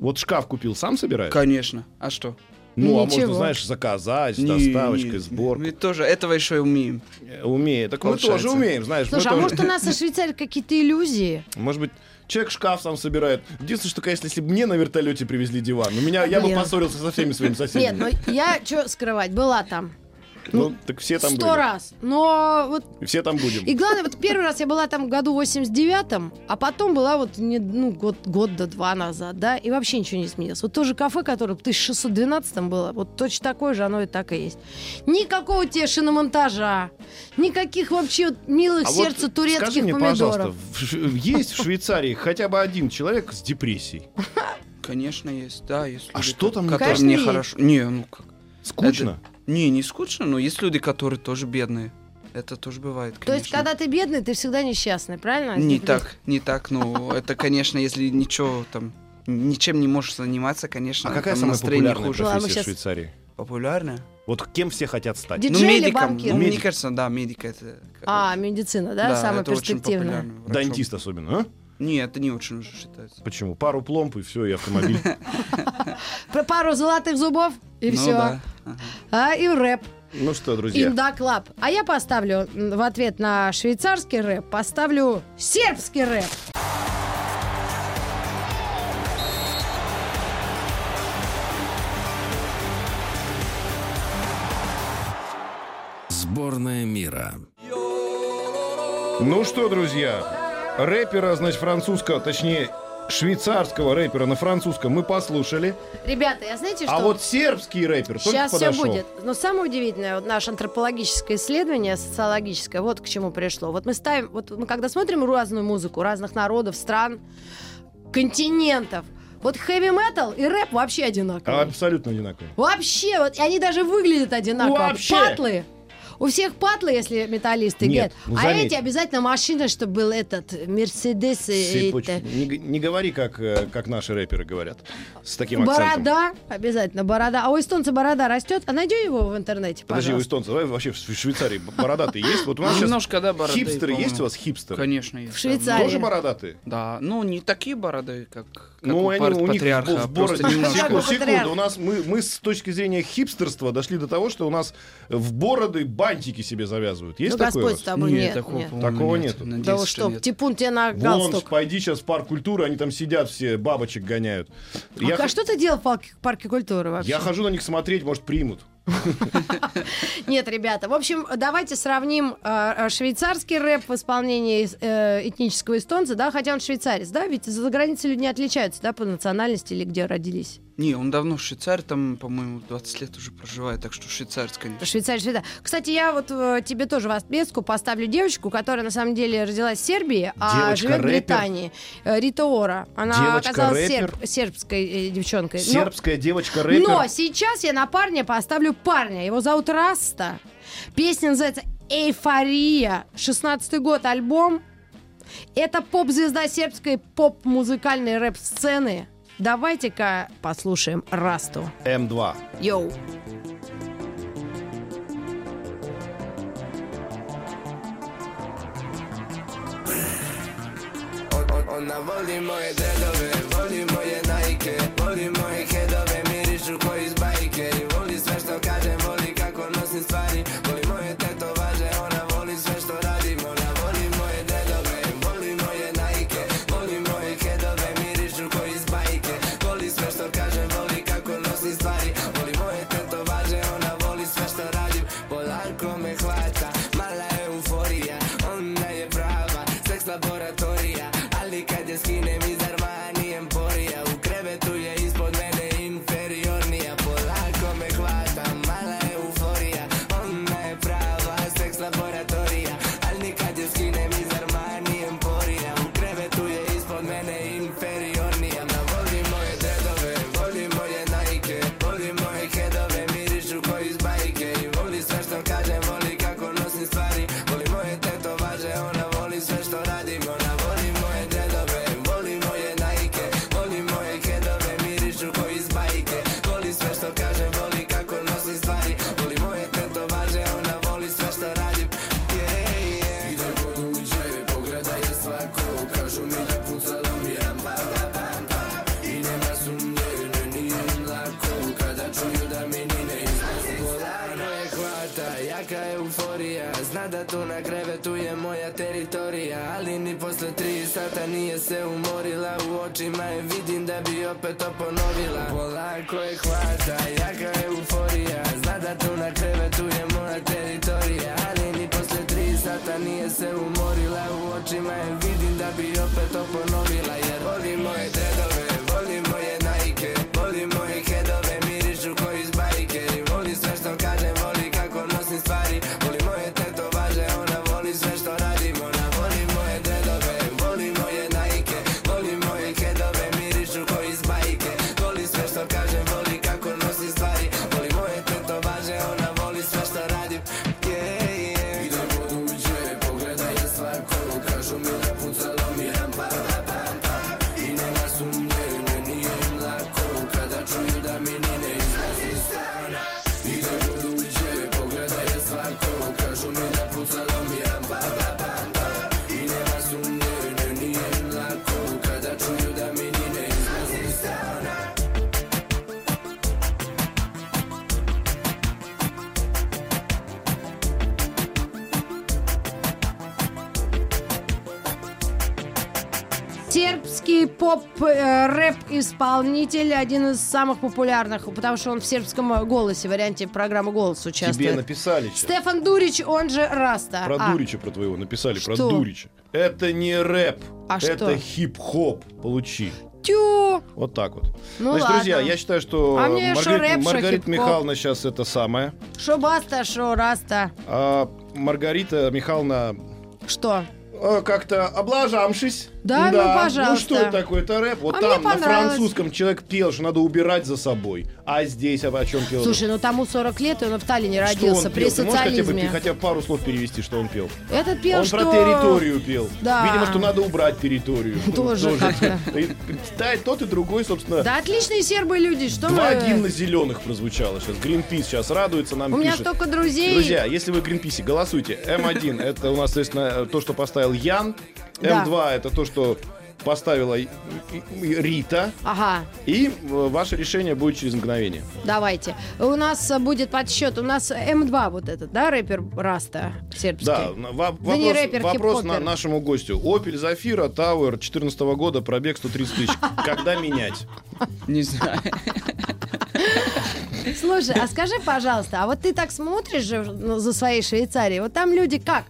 S3: Вот шкаф купил, сам собираешь?
S4: Конечно. А что?
S3: Ну, а
S2: Ничего.
S3: можно, знаешь, заказать, с
S4: Не,
S3: доставочкой,
S4: не, Мы
S3: сборкой.
S4: тоже этого еще и умеем.
S3: Умеет. Так мы
S4: Получается.
S3: тоже умеем, знаешь. мы
S2: Слушай, а
S3: Ну, тоже-
S2: может у нас со Швейцарии какие-то иллюзии?
S3: Может быть, человек шкаф сам собирает. Единственное, что, конечно, если бы мне на вертолете привезли диван, у меня я бы
S2: Блин.
S3: поссорился со всеми своими
S2: Нет,
S3: соседями.
S2: ну я что скрывать, была там.
S3: ну, так все там
S2: Сто
S3: были.
S2: раз. Но вот
S3: И все там будем.
S2: И главное, вот первый раз я была там в году 89-м, а потом была вот не, ну, год, год до два назад, да, и вообще ничего не изменилось. Вот тоже кафе, которое в 1612-м было, вот точно такое же, оно и так и есть. Никакого тебе шиномонтажа, никаких вообще вот милых
S3: А вот
S2: сердца турецких
S3: скажи мне, пожалуйста,
S2: помидоров.
S3: в Ш- есть в Швейцарии хотя бы один человек с депрессией?
S4: Конечно, есть, да, есть.
S3: А
S4: люди,
S3: что
S4: ко-
S3: там не
S4: которые
S2: так?
S4: мне
S2: Конечно,
S4: хорошо? Не, ну как?
S3: Скучно?
S4: Не, не скучно, но есть люди, которые тоже бедные. Это тоже бывает, конечно.
S2: То есть, когда ты бедный, ты всегда несчастный, правильно? Типа,
S4: Не
S2: Если
S4: так, не так, но это, конечно, если ничего там, ничем не можешь заниматься, конечно,
S3: А какая
S4: там
S3: самая
S4: настроение
S3: популярная
S4: хуже.
S2: профессия?
S3: профессия
S2: Ладно,
S3: в
S2: щас-
S3: Швейцарии?
S4: Популярная?
S3: Вот кем все хотят стать?
S2: Диджей или
S4: медиком,
S2: банкир?
S4: Ну,
S3: Медик.
S4: мне кажется, да, медик это...
S2: А, медицина, да, самая
S4: это очень
S2: перспективная.
S4: популярно. Врачом.
S3: Дантист особенно, а?
S4: Не, это не очень уже считается.
S3: Почему? Пару пломб и все, и автомобиль.
S2: Про пару золотых зубов и
S4: ну,
S2: все.
S4: Да. Ага.
S2: А, и рэп.
S3: Ну что, друзья,
S2: Инда Клаб. А я поставлю м, в ответ на швейцарский рэп, поставлю сербский рэп.
S1: Сборная мира.
S3: Ну что, друзья, рэпера, значит, французского, точнее, швейцарского рэпера на французском мы послушали.
S2: Ребята, я знаете, что?
S3: А вот сербский рэпер только
S2: Сейчас все
S3: подошел.
S2: будет. Но самое удивительное, вот наше антропологическое исследование, социологическое, вот к чему пришло. Вот мы ставим, вот мы когда смотрим разную музыку разных народов, стран, континентов, вот хэви-метал и рэп вообще
S3: А,
S2: одинаковые.
S3: Абсолютно одинаково.
S2: Вообще, вот и они даже выглядят одинаково.
S3: Вообще.
S2: Патлы. У всех патлы, если металлисты
S3: Нет,
S2: гет.
S3: ну
S2: а
S3: заметь.
S2: эти обязательно машина, чтобы был этот Мерседес и
S3: Сыпуч-
S2: это.
S3: Не, г- не говори, как, э, как наши рэперы говорят. С таким акцентом.
S2: Борода, обязательно борода. А у эстонца борода растет. А найди его в интернете,
S3: Подожди, у
S2: пожалуйста.
S3: эстонцев, давай вообще в Шве- Швейцарии б- бородатые есть? Вот у нас сейчас
S4: Немножко, да, бороды,
S3: хипстеры
S4: по-моему.
S3: есть у вас хипстеры?
S4: Конечно, есть.
S2: В
S4: да.
S2: Швейцарии.
S3: Тоже бородатые?
S4: Да, ну не такие бороды, как, как
S3: Ну,
S4: у
S3: они,
S4: пар-
S3: у них
S4: патриарха,
S3: в-
S4: а
S3: в бороде.
S4: просто немножко.
S3: Секунду,
S2: Патриарх.
S3: секунду. У нас мы, мы с точки зрения хипстерства дошли до того, что у нас в бороды бантики себе завязывают. Есть
S2: Ну,
S3: такое? у
S2: Господь
S3: вас?
S2: с тобой.
S4: Не,
S2: Нет,
S4: такого,
S2: нет.
S4: по-моему,
S3: Такого
S4: нет.
S3: нету.
S4: Надеюсь,
S2: Да вы
S4: что
S2: что,
S4: нет.
S2: типун тебе на
S3: Вон,
S2: галстук.
S3: пойди сейчас в парк культуры, они там сидят все, бабочек гоняют. я,
S2: А что ты делал в парке, в парке культуры вообще?
S3: я хожу на них смотреть, может, примут.
S2: Нет, ребята, в общем, давайте сравним э, э, швейцарский рэп в исполнении э, этнического эстонца, да, хотя он швейцарец, да, ведь за границей люди не отличаются, да, по национальности или где родились.
S4: Не, он давно в Швейцарии, там, по-моему, 20 лет уже проживает, так что швейцарец, конечно.
S2: Швейцарец, швейцар. Кстати, я вот э, тебе тоже в отместку поставлю девочку, которая на самом деле родилась в Сербии, а
S3: Девочка
S2: живет в
S3: рэпер.
S2: Британии. Э, Рита Ора. Она
S3: Девочка
S2: оказалась
S3: рэпер.
S2: серб- сербской э, девчонкой. Но-
S3: Сербская девочка рэпер.
S2: Но сейчас я на парня поставлю парня. Его зовут Раста. Песня называется «Эйфория». 16-й год, альбом. Это поп-звезда сербской поп-музыкальной рэп-сцены. Давайте-ка послушаем Расту.
S3: М2.
S2: Йоу.
S7: On- Ona voli moje delove, voli moje najke Voli moje hedove, mirišu ko iz bajke I voli sve što kažem, voli kako nosim stvari Voli moje tetovaže, ona voli sve što radim Ona voli moje delove, voli moje najke Voli moje hedove, mirišu ko iz bajke Voli sve što kažem, voli kako nosim stvari Voli moje tetovaže, ona voli sve što radim Polarko me hvata, mala euforija Ona je prava, seks laboratorija Ali kad je skinem iz Armani Emporija U krevetu je ispod mene inferiornija Polako me hvata, mala euforija Ona je prava, seks laboratorija Ali kad je skinem iz Armani Emporija U krevetu je ispod mene inferiornija Ma voli moje dedove, voli moje najke Voli moje hedove, mirišu ko iz bajke I voli sve što kažem, voli kako nosim stvari Voli moje tetovaže, ona voli sve što radim Ona voli moje dedove, voli moje najke Voli moje hedove, mirišu ko iz bajke Voli sve što kažem, voli kako nosim stvari Voli moje tetovaže, ona voli sve što radim Yeah, yeah. Idem po uviđaju, pogledaj je svako Kažu mi da pucalo mi je pa, pa, pa, pa. I nema sumnje, ne nije im lako Kada čuju da mi ni ne izlazi Polano je hvata, jaka euforija Zna da tu na krevetu je moja teritorija Ali ni posle tri sata nije se umorila U očima je vidim da bi opet to ponovila Polako je hvata, jaka euforija Zna da tu na krevetu je moja teritorija Ali ni posle tri sata nije se umorila U očima je vidim da bi opet to ponovila Jer voli moje dedove, voli moje najke Voli moje hedove, mirišu ko iz bajke I voli sve što kažem, voli kako nosim stvari Voli moje tetovaže, ona voli sve što radim Ona voli moje dedove, voli moje najke Voli moje hedove, mirišu ko iz bajke Voli sve što kažem, voli kako nosim stvari Voli moje tetovaže, ona voli sve što radim Yeah, yeah. Idem od uđe, pogledaj je svako Kažu mi da pucalo mi je pa, pa, pa, pa. I nema sumnje, meni je lako Kada čuju da mi ni ne izlazi strana Idem od uđe, pogledaj je svako Kažu mi da pucalo mi je pa, pa, pa, pa. I nema sumnje, meni je lako Kada čuju da mi ni ne izlazi strana
S2: Сербский поп-рэп-исполнитель, один из самых популярных, потому что он в сербском э, голосе, варианте программы «Голос»
S3: Тебе
S2: участвует.
S3: написали сейчас.
S2: Стефан Дурич, он же Раста.
S3: Про
S2: А,
S3: Дурича про твоего написали, про
S2: Что?
S3: Дурича. Это не рэп,
S2: А
S3: это
S2: что?
S3: хип-хоп. Получи.
S2: тю!
S3: Вот так вот.
S2: Ну
S3: Значит,
S2: ладно.
S3: друзья, я считаю, что
S2: А мне шо
S3: Маргарита,
S2: рэп, шо
S3: Маргарита
S2: хип-хоп.
S3: Михайловна сейчас это самое.
S2: Шо баста, шо Раста.
S3: А Маргарита Михайловна
S2: Что?
S3: э, как-то облажамшись.
S2: Да, ну,
S3: Ну
S2: пожалуйста.
S3: что это такое? Это рэп. Вот
S2: А мне
S3: там на
S2: понравилось.
S3: французском человек пел, что надо убирать за собой. А здесь о, о чем пел?
S2: Слушай, ну тому 40 лет, и он в Таллине
S3: Что
S2: родился
S3: он
S2: при
S3: пел? Ты можешь хотя бы, пе-
S2: социализме.
S3: хотя бы пару слов перевести, что он пел?
S2: Этот пел,
S3: он
S2: что...
S3: про территорию пел.
S2: Да.
S3: Видимо, что надо убрать территорию.
S2: Тоже как-то.
S3: И- Да, и тот и другой, собственно.
S2: Да отличные сербы люди, что
S3: Два
S2: мы-
S3: гимна зеленых прозвучало сейчас. Гринпис сейчас радуется, нам
S2: У меня
S3: пишет.
S2: столько друзей.
S3: Друзья, если вы Гринписе, голосуйте. М1 это у нас, соответственно, то, что поставил Ян.
S2: Да.
S3: М2 это то, что поставила и- и- и Рита.
S2: Ага,
S3: И э, ваше решение будет через мгновение.
S2: давайте. У нас э, будет подсчет. У нас М2 вот этот, да, рэпер Раста сербский?
S3: Да, на- во-
S2: Да не
S3: вопрос,
S2: рэпер,
S3: вопрос
S2: хип-хопер.
S3: на нашему гостю. Opel Zafira Tower 2014 года, пробег 130 тысяч. Когда менять?
S4: Не знаю.
S2: Слушай, а скажи, пожалуйста, а вот ты так смотришь же ну, за своей Швейцарией, вот там люди как?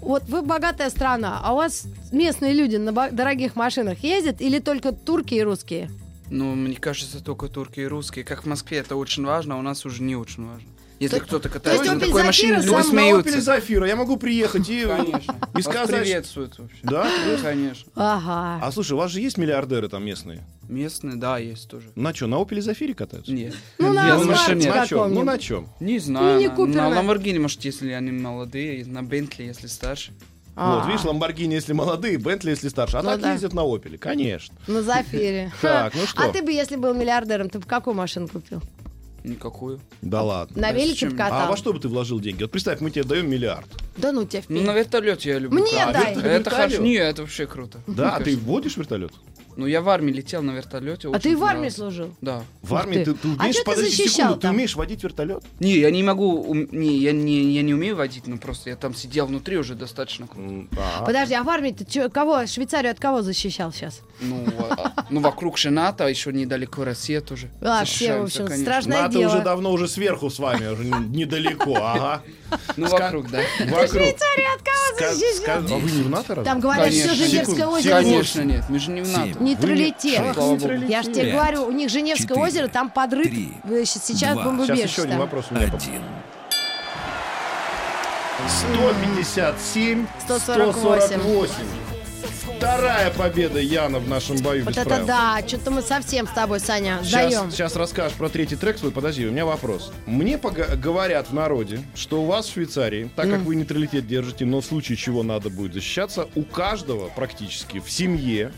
S2: Вот вы богатая страна, а у вас местные люди на бо- дорогих машинах ездят или только турки и русские?
S4: Ну, мне кажется, только турки и русские. Как в Москве это очень важно, а у нас уже не очень важно. Если
S2: То-
S4: кто-то
S2: есть
S4: катается на
S2: Opel
S4: такой
S2: Zafira
S4: машине,
S2: сам
S4: люди
S2: на
S3: Opel
S4: смеются.
S3: Zafira, я могу приехать и...
S4: Конечно.
S3: И
S4: Вас
S3: сказать...
S4: приветствуют вообще.
S3: Да?
S4: Конечно.
S2: Ага.
S3: А слушай, у вас же есть миллиардеры там местные?
S4: Местные, да, есть тоже.
S3: На чем? На Opel Zafira катаются?
S4: Нет.
S2: Ну, на
S4: Я
S2: Aston
S4: на машине.
S2: Martin.
S3: На чем? Ну
S2: каком-нибудь.
S3: на чем?
S4: Не знаю.
S2: не
S4: на-
S2: Купер,
S4: на
S2: наверное.
S4: Ламборгини, может, если они молодые, на Бентли, если старше.
S2: А.
S3: Вот, видишь, Ламборгини, если молодые, Бентли, если старше. А
S2: Ну
S3: так
S2: да.
S3: ездят на Опеле, конечно.
S2: На Зафире.
S3: Так, ну что?
S2: А ты бы, если был миллиардером, ты бы какую машину купил?
S4: Никакую.
S3: Да ладно.
S2: А На
S4: Да
S2: велике
S4: зачем?
S2: бы
S3: А во
S2: катал?
S3: что бы ты вложил деньги? Вот представь, мы тебе даем миллиард.
S2: Да ну тебя
S4: Ну, на
S2: вперед.
S4: вертолете я люблю.
S2: Мне
S4: кататься.
S2: дай.
S4: Это,
S3: Вертолет?
S4: хорошо. Не, это вообще круто.
S3: Да, а
S4: Мне
S3: ты
S4: кажется.
S3: водишь вертолет?
S4: Ну, я в армии летел на вертолете.
S2: А ты в армии служил?
S4: Да.
S3: В армии
S2: ты.
S3: ты, ты
S2: А
S3: умеешь
S2: чё ты
S3: подожди
S2: защищал
S3: секунду, ты
S2: там?
S3: умеешь водить вертолет?
S4: Не, я не могу, ум- не, я не, я не умею водить, но просто я там сидел внутри уже достаточно. круто.
S3: М, а.
S2: Подожди, а в армии ты чё- кого, Швейцарию от кого защищал сейчас?
S4: Ну, а- ну вокруг же НАТО, а еще недалеко Россия тоже.
S2: А, все, в
S4: Защищаемся,
S2: общем,
S4: конечно.
S2: страшное
S3: НАТО
S2: дело.
S3: А уже давно уже сверху с вами, уже н- недалеко, ага.
S4: Ну, вокруг, да.
S3: Вокруг.
S2: Швейцарию от кого
S3: Ска-
S2: защищал?
S3: ска- А вы не в НАТО разве?
S2: Там говорят,
S4: Конечно.
S2: все Женевское
S3: Секунду,
S2: озеро не-
S4: Конечно, нет, мы же не в НАТО.
S2: нейтралитет.
S4: Слава богу.
S2: Я же тебе
S1: Пять,
S2: говорю, у них Женевское
S1: четыре,
S2: озеро, там подрыв
S1: три,
S2: э, щ- сейчас
S1: два.
S3: Сейчас
S2: бомбоубежище.
S3: еще один
S2: там.
S3: вопрос у меня. по-
S1: Один.
S3: 157,
S2: 148.
S3: 148. Вторая победа Яна в нашем бою
S2: Вот
S3: без
S2: это
S3: правил.
S2: да, что-то мы совсем с тобой, Саня, сдаем.
S3: Сейчас, расскажешь про третий трек свой. Подожди, у меня вопрос. Мне пога- говорят в народе, что у вас в Швейцарии, так как вы нейтралитет держите, но в случае чего надо будет защищаться, у каждого практически в семье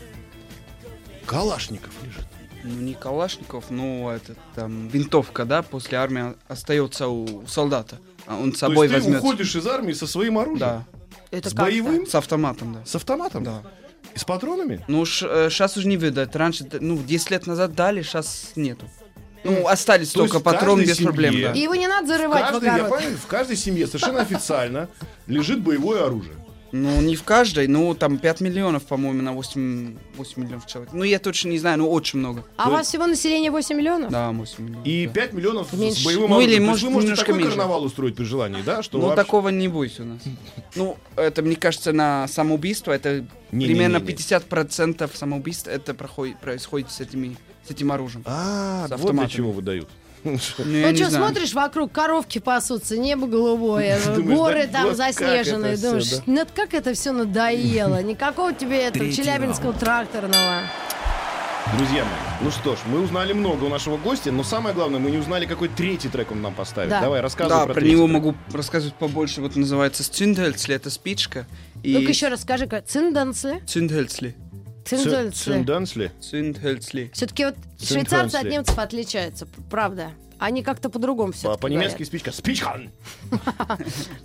S3: Калашников лежит.
S4: Ну, не Калашников, но это там винтовка, да, после армии остается у, у солдата. А Он с
S3: То
S4: собой
S3: есть ты
S4: возьмет.
S3: уходишь из армии со своим оружием?
S4: Да,
S2: Это
S3: С
S2: как-то.
S3: боевым?
S4: с автоматом, да.
S3: С автоматом?
S4: Да.
S3: И с патронами?
S4: Ну, сейчас уже не видать. Раньше, д- ну, 10 лет назад дали, сейчас нету. Ну, остались
S3: Э, То есть
S4: только
S3: в каждой
S4: патроны без
S3: семье-
S4: проблем, да.
S2: И его не надо
S3: В
S2: зарывать в
S3: каждой, я
S2: огород.
S3: понял, в каждой семье совершенно официально лежит боевое оружие.
S4: Ну, не в каждой, ну, там 5 миллионов, по-моему, на 8, 8 миллионов человек. Ну, я точно не знаю, но очень много.
S2: А у вас всего население 8 миллионов?
S4: Да, 8 миллионов.
S3: И
S4: да.
S3: 5 миллионов с
S2: Меньше.
S3: боевым
S4: Ну,
S3: оружием.
S4: или,
S3: То есть
S4: может,
S3: вы можете
S4: немножко
S3: такой
S4: меньше.
S3: карнавал устроить при желании, да? Что
S4: Ну,
S3: вообще-
S4: такого не будет у нас. Ну, это, мне кажется, на самоубийство, это
S3: Не-не-не-не.
S4: примерно 50% самоубийств, это проходит, происходит с, этими, с этим оружием.
S3: А,
S4: С
S3: вот для
S4: автоматами.
S3: чего выдают.
S4: Ну,
S2: Ну
S4: я не
S2: что,
S4: знаю.
S2: смотришь вокруг, коровки пасутся, небо голубое,
S3: Думаешь,
S2: горы
S3: да,
S2: там
S3: вот как
S2: заснеженные.
S3: это всё,
S2: Думаешь,
S3: да.
S2: «Нет, как это все надоело. Никакого тебе этого
S1: Третий
S2: челябинского
S1: раунд.
S2: тракторного.
S3: Друзья мои, ну что ж, мы узнали много у нашего гостя, но самое главное, мы не узнали, какой третий трек он нам поставит.
S2: Да.
S3: Давай, рассказывай
S4: Да,
S3: про,
S4: про,
S3: третий
S4: него
S3: трек.
S4: могу рассказывать побольше. Вот называется Цюндельцли, это спичка. И
S2: Ну-ка еще раз скажи, как- циндансли?
S4: Цюндельцли.
S3: Цин-
S2: Циндансли.
S3: Циндансли?
S4: Цюндельцли.
S2: Все-таки вот швейцарцы от
S3: Циндансли.
S2: немцев отличаются, п- правда. Они как-то по-другому все
S3: По- А, По-немецки спичка. Спичхан!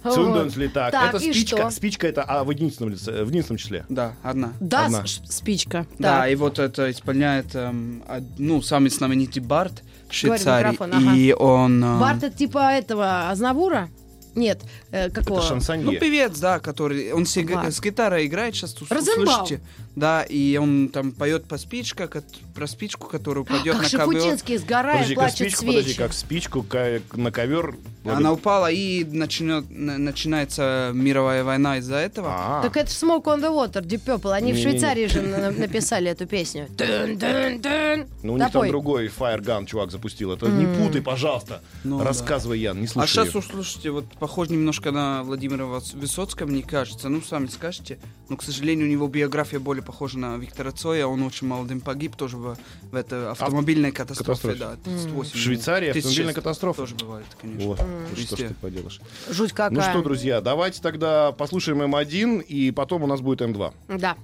S3: Циндансли, так.
S2: Так,
S3: это
S2: и
S3: спичка.
S2: что?
S3: Спичка это а, в, единственном лице, в единственном числе.
S4: Да, одна.
S2: Да,
S3: Одна.
S2: с- спичка.
S4: Да,
S2: Так.
S4: и вот это исполняет, эм, од- ну, самый знаменитый Барт в
S2: Говори в
S4: Швейцарии.
S2: микрофон, ага.
S4: И он... эм,
S2: Барт это типа этого Азнавура? Нет, э, какого?
S3: Это шансонье.
S4: Ну, певец, да, который... Он с, иг-
S2: Ага.
S4: с гитарой играет, сейчас тут
S2: Розенбаум.
S4: услышите. Да, и он там поет по спичка, кот- про спичку, которая упадет
S2: Как
S4: на ковер.
S2: Шафутинский, сгорая,
S3: подожди, как
S2: плачут
S3: спичку,
S2: свечи.
S3: подожди, как спичку ка- на ковер.
S4: Она упала, и начнет, начинается мировая война из-за этого.
S3: А,
S2: Так это ж Smoke on the Water, Deep Purple. Они в
S3: Не-не-не.
S2: Швейцарии же на- написали эту песню. Дын, дын, дын.
S3: ну у них там
S2: Напой.
S3: другой Firegun чувак запустил. Это не путай, пожалуйста.
S4: Ну, да.
S3: Рассказывай, Ян, не слушай.
S4: А сейчас
S3: её.
S4: услышите, вот похоже немножко на Владимира Вос- Высоцкого, мне кажется. Ну, сами скажете. Но, к сожалению, у него биография более похожа на Виктора Цоя. Он очень молодым погиб тоже в, в этой автомобильной катастрофе.
S3: катастрофе.
S4: Да, 38.
S3: В Швейцарии автомобильная
S4: 1600.
S3: катастрофа.
S4: Тоже бывает, конечно.
S3: Вот, слушай, что ж
S4: Естественно.
S3: ты поделаешь.
S2: Жуть
S3: Ну
S2: какая.
S3: что, друзья, давайте тогда послушаем М1, и потом у нас будет М2.
S2: Да.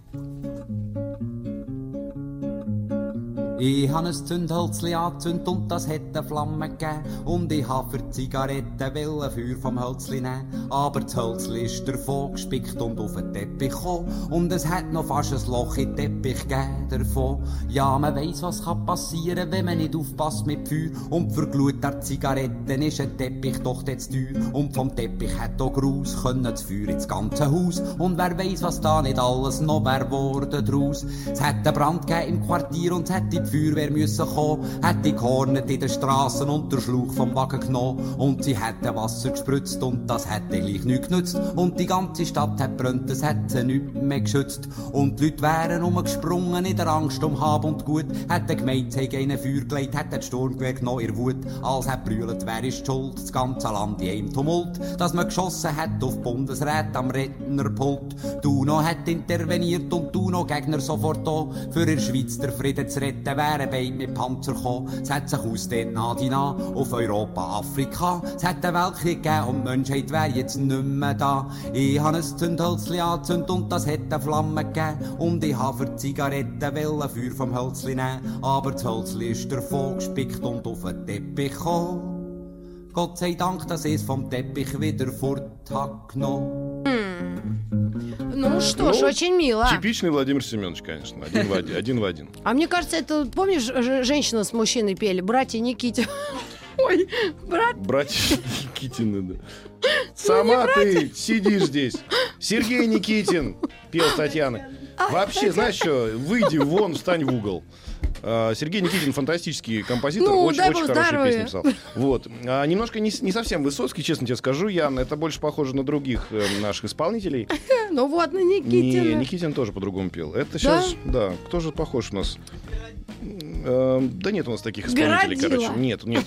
S8: Ich han ein Zündhölzli angezündet und das hat eine Flamme gegeben. Und ich ha für die Zigarette willen Feuer vom Hölzli nehmen. Aber das Hölzli ist davon gespickt und auf den Teppich gekommen. Und es hat noch fast ein Loch in den Teppich gegeben davon. Ja, man weiss, was kann passieren, wenn man nicht aufpasst mit Feuer. Und für die Glut der Zigaretten ist ein Teppich doch jetzt teuer. Und vom Teppich hat auch Graus können das Feuer ins ganze Haus. Und wer weiss, was da nicht alles noch wär worden draus. Es hat einen Brand gegeben im Quartier und es hätte die Feuerwehr müssen kommen. Hätte die gehornet in den Strassen und den Schlauch vom Wagen genommen. Und sie hätte Wasser gespritzt und das hätte gleich nichts genützt. Und die ganze Stadt hat brennt, das hätte sie nicht mehr geschützt. Und die Leute wären umgesprungen in der Angst um Hab und Gut. Hätte gemeint, sie hätten einen Feuer gelegt, hätte den Sturmgewehr genommen in der Wut. Als hätte brüllt, wer ist die schuld? Das ganze Land in einem Tumult. Dass man geschossen hat auf Bundesrat am Rednerpult. Du noch hat interveniert und du noch Gegner sofort da. Für in der Schweiz der Frieden zu retten, wären beide mit Panzer gekommen. Es hat sich aus dort Nadina auf Europa, Afrika. Es hat einen Weltkrieg gegeben und die Menschheit wäre jetzt nicht mehr da. Ich habe ein Zündhölzchen angezündet und das hat eine Flamme gegeben. Und ich habe für die Zigaretten wollen Feuer vom Hölzchen nehmen. Aber das Hölzchen ist davon gespickt und auf den Teppich gekommen. Gott sei Dank, dass ich es vom Teppich wieder fort habe genommen.
S2: Ну что ж,
S3: Ну,
S2: очень мило.
S3: Типичный Владимир Семенович, конечно. Один в один. один в один.
S2: А мне кажется, это, помнишь, ж- женщина с мужчиной пели, братья Никите. Ой, брат, Ну,
S3: Братья Никитины, да. Сама ты сидишь здесь. Сергей Никитин, пел Татьяна.
S2: А,
S3: Вообще, знаешь что, выйди вон, встань в угол. А, Сергей Никитин фантастический композитор,
S2: Ну,
S3: очень,
S2: дай
S3: очень
S2: бог
S3: хорошие
S2: здоровья.
S3: песни писал. Вот. А, немножко не, с- не совсем Высоцкий, честно тебе скажу, Ян. Это больше похоже на других э, наших исполнителей.
S2: ну вот, на
S3: Не,
S2: Никитина.
S3: Никитин тоже по-другому пел. Это сейчас, да, кто же похож у нас? Эм, Да нет у нас таких исполнителей,
S2: Городила.
S3: короче. Нет, нет.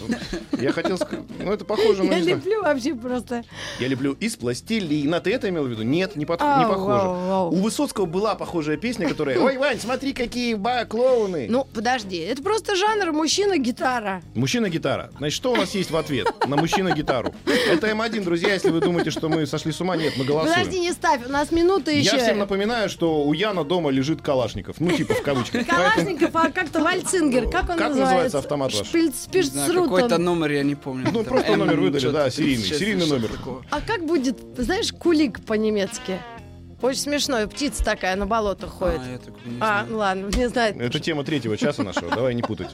S3: Я хотел сказать, ну это похоже, но
S2: Я
S3: не знаю.
S2: люблю вообще просто.
S3: Я люблю из пластилина. Ты это имел в виду? Нет, не, подх- не
S2: Ау,
S3: похоже.
S2: вау, вау.
S3: У Высоцкого была похожая песня, которая... Ой, Вань, смотри, какие ба клоуны.
S2: Ну, подожди, это просто жанр мужчина-гитара.
S3: Мужчина-гитара. Значит, что у нас есть в ответ на мужчина-гитару? Это М1, друзья, если вы думаете, что мы сошли с ума, нет, мы голосуем.
S2: Подожди, не ставь, у нас минута
S3: Я всем
S2: еще.
S3: напоминаю, что у Яна дома лежит Калашников. Ну, типа, в кавычках. Поэтому-
S2: Калашников, а как-то Вальцингер, как он
S3: Как называется
S2: называется?
S3: автомат ваш?
S2: Шпильц-
S4: Не знаю, Какой-то
S2: Шпицрутон.
S4: номер я не помню.
S3: Ну,
S4: там
S3: просто номер
S4: М,
S3: выдали,
S4: что-то
S3: да, серийный,
S4: 36,
S3: серийный
S4: что-то
S3: номер.
S4: такого.
S2: А как будет, знаешь, кулик по-немецки? Очень смешно, птица такая на болото ходит.
S4: А, я такого не
S2: А,
S4: знаю.
S2: ну ладно, не знаю.
S3: Это тема третьего часа нашего, давай не путать.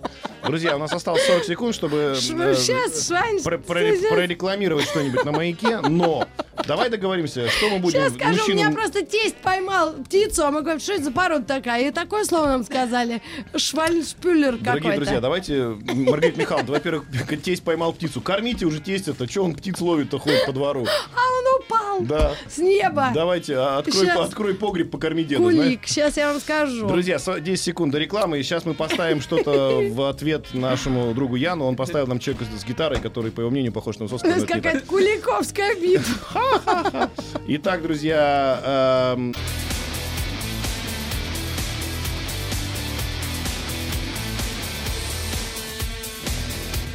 S3: Друзья, у нас осталось 40 секунд, чтобы... э,
S2: Сейчас, ну, Швань,
S3: про- про- прорекламировать что-нибудь на маяке, но давай договоримся, что мы будем
S2: Сейчас скажу, у меня
S3: мужчинам...
S2: просто тесть поймал птицу, а мы говорим, что это за порода такая? И такое слово нам сказали. Швальншпюллер
S3: Дорогие друзья,
S2: какой-то.
S3: давайте, м, Маргарита Михайловна, во-первых, тесть поймал птицу. Кормите уже тестя-то, что он птиц ловит-то ходит по двору?
S2: А он упал
S3: Да.
S2: с неба.
S3: Давайте, а, открой,
S2: Щас.
S3: открой погреб, покорми деда, знаешь.
S2: Кулик, сейчас я вам скажу.
S3: Друзья, со- 10 секунд до рекламы, и сейчас мы поставим что-то в ответ нашему другу Яну. Он поставил нам человека с с гитарой, который, по его мнению, похож на
S2: У
S3: Высоцкого. но
S2: нас
S3: это не так.
S2: какая-то куликовская битва.
S3: Итак, друзья, эм,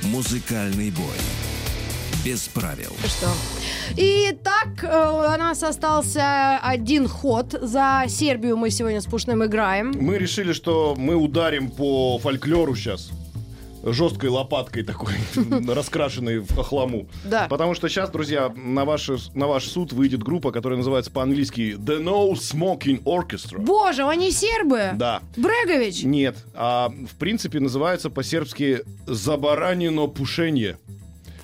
S1: Музыкальный бой. Без правил.
S2: Что? Итак, э, у нас остался один ход. За Сербию мы сегодня с Пушным играем.
S3: Мы решили, что мы ударим по фольклору сейчас. Жесткой лопаткой такой, раскрашенной в хохлому.
S2: Да.
S3: Потому что сейчас, друзья, на ваш, на ваш суд выйдет группа, которая называется по-английски The No Smoking Orchestra.
S2: Боже, они сербы?
S3: Да.
S2: Брегович?
S3: Нет, а в принципе называется по-сербски «забаранино пушение».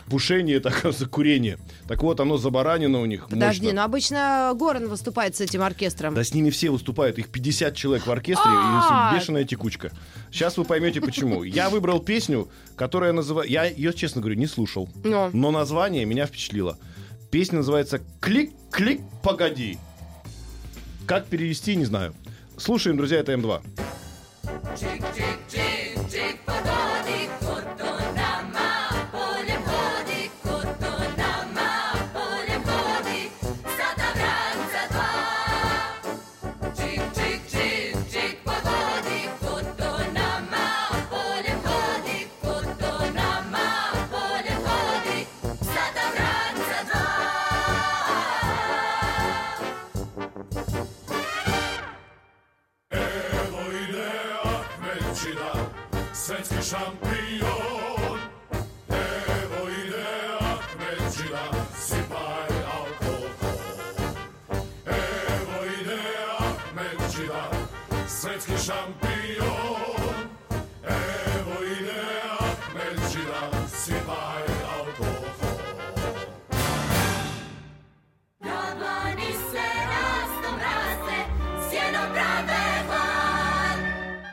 S3: Пушение — это, оказывается, курение. Так вот, оно забаранено у них
S2: Подожди,
S3: мощно.
S2: ну обычно Горан выступает с этим оркестром.
S3: Да с ними все выступают, их 50 человек в оркестре,
S2: А!
S3: и бешеная текучка. Сейчас вы поймете почему. Я выбрал песню, которая называется... Я ее, честно говорю, не слушал,
S2: Ну.
S3: но название меня впечатлило. Песня называется «Клик-клик, погоди». Как перевести, не знаю. Слушаем, друзья, это М2.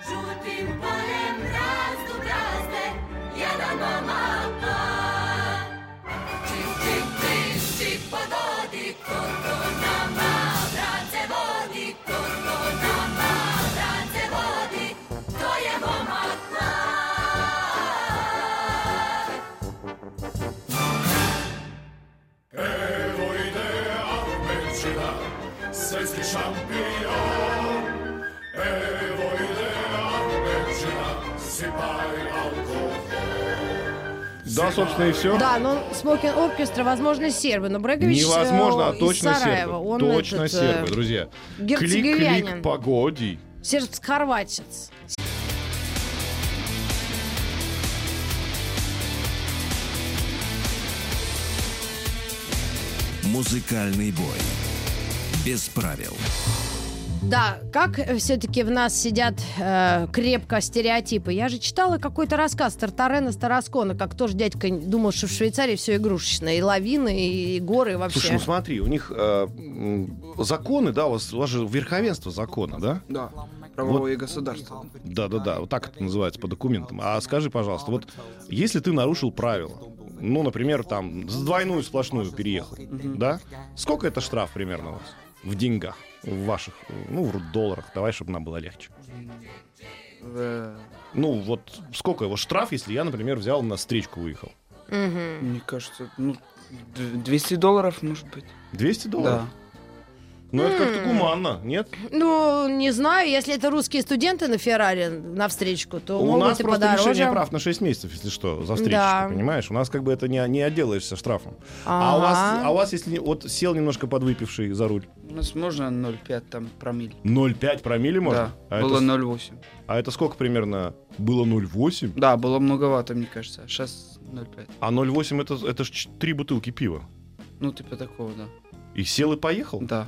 S9: Žutim poljem razdu brazde, ja
S3: Да, собственно, и все.
S2: Да, но Smoking Orchestra, возможно, сербы. Но Брегович э,
S3: Невозможно, а
S2: из
S3: точно
S2: Сараева.
S3: сербы.
S2: Он
S3: точно
S2: этот, э,
S3: сербы, друзья.
S2: герцеговянин.
S3: Клик-клик, погоди.
S2: Сербско-хорватец.
S1: Музыкальный бой. Без правил.
S2: Да, как все-таки в нас сидят э, крепко стереотипы. Я же читала какой-то рассказ Тартарена Староскона, как тоже дядька думал, что в Швейцарии все игрушечное. И лавины, и горы и вообще.
S3: Слушай, ну смотри, у них э, м, законы, да, у вас, у вас же верховенство закона, да?
S4: Да, правовое государство.
S3: Да-да-да, вот так это называется по документам. А скажи, пожалуйста, вот если ты нарушил правила, ну, например, там, с двойную сплошную переехал, да? Сколько это штраф примерно у вас? В деньгах, в ваших, ну, в долларах, давай, чтобы нам было легче.
S4: Да.
S3: Ну, вот сколько его штраф, если я, например, взял на встречку выехал?
S2: Мгм.
S4: Мне кажется, ну, д- 200 долларов, может быть.
S3: 200 долларов? Ну, это как-то гуманно, нет?
S2: Ну, не знаю, если это русские студенты на Феррари на встречку, то
S3: У
S2: могут
S3: нас
S2: и
S3: просто
S2: Ну, подороже.
S3: лишение прав на 6 месяцев, если что, за встречу,
S2: Да.
S3: понимаешь? У нас как бы это не, не отделаешься штрафом. А, у вас,
S2: Ага.
S3: а у вас, если не- вот сел немножко подвыпивший за руль,
S4: Да. У нас можно 0,5 там промилле.
S3: 0,5 промилле можно?
S4: Да,
S3: А,
S4: было
S3: это, с-
S4: 0,8.
S3: а это сколько примерно? Было 0,8?
S4: Да, было многовато, мне кажется. Сейчас 0,5.
S3: А 0,8 это, это ж ч- три бутылки пива.
S4: Ну, типа такого, да.
S3: И сел и поехал?
S4: Да.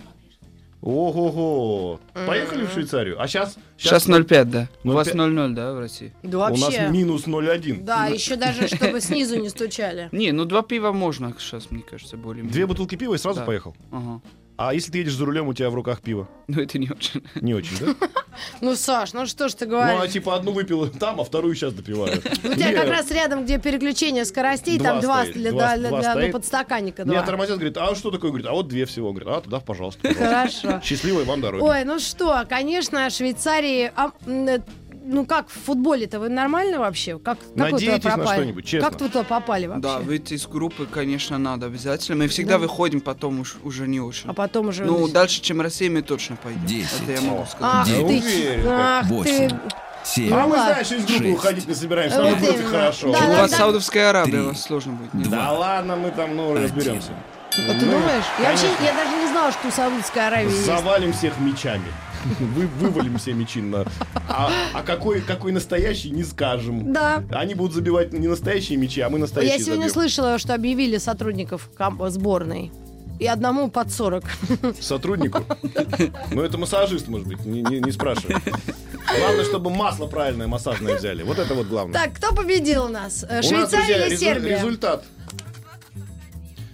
S3: Ого-го!
S2: Э.
S3: Поехали в Швейцарию? А сейчас?
S4: Сейчас 0,5, да. У
S3: 0,5.
S4: вас 0,0, да, в России?
S2: Да
S3: а у нас
S2: вообще.
S3: минус 0,1.
S2: Да, еще даже чтобы снизу не стучали.
S4: Не, ну два пива можно сейчас, мне кажется, более-менее.
S3: Две бутылки пива и сразу
S4: Да.
S3: поехал?
S4: Ага.
S3: А если ты едешь за рулем, у тебя в руках пиво?
S4: Ну, это не очень.
S3: Не очень, да?
S2: Ну, Саш, ну что ж ты
S3: Ну, а
S2: говоришь?
S3: типа одну выпил там, а вторую сейчас допивают.
S2: У тебя как раз рядом, где переключение скоростей,
S3: Два
S2: там два,
S3: стоит,
S2: для,
S3: два-
S2: для-
S3: два
S2: для- ну,
S3: стоит.
S2: подстаканника
S3: Меня
S2: два.
S3: тормозят, говорит, а что такое? Говорит, а вот две всего. Говорит, а туда, пожалуйста. пожалуйста.
S2: Хорошо.
S3: Счастливой вам дороги.
S2: Ой, ну что, конечно, о Швейцарии... а, м, э, ну как, в футболе-то вы нормально вообще? Как, как вы
S3: Надеетесь
S2: туда
S3: на
S2: пропали?
S3: что-нибудь, честно?
S2: Как вы туда попали вообще?
S4: Да, выйти из группы, конечно, надо обязательно. Мы всегда выходим потом уж, уже не очень.
S2: А потом уже...
S4: Ну, дальше, чем Россия, мы точно пойдем.
S1: Десять.
S4: Это я могу сказать.
S2: Ах
S1: Да
S2: ты,
S3: уверен,
S2: ах
S1: Восемь.
S2: ты,
S1: Семь.
S3: А мы,
S2: Ладно.
S3: знаешь, из группы
S1: Шесть.
S3: уходить не собираемся.
S2: Вот
S3: Нам будет
S2: именно.
S3: хорошо.
S2: Да,
S4: У
S2: да,
S4: вас
S2: да.
S4: Саудовская Аравия,
S1: Три.
S4: вас сложно будет. не?
S1: Два.
S3: Да ладно, мы там, ну, разберемся.
S2: Вот ты думаешь? Я вообще, я даже не знала, что у Саудовской Аравии есть.
S3: Завалим всех мечами. Вы, вывалим все мечи на... А, а какой, какой настоящий, не скажем.
S2: Да.
S3: Они будут забивать не настоящие мечи, а мы настоящие
S2: Я сегодня
S3: забьем.
S2: слышала, что объявили сотрудников кам- сборной. И одному под 40.
S3: Сотруднику? Ну, это массажист, может быть, не, не, не спрашивай. Главное, чтобы масло правильное массажное взяли. Вот это вот главное.
S2: Так, кто победил у нас? Э,
S3: У нас, друзья,
S2: Швейцария или
S3: резу-
S2: Сербия?
S3: результат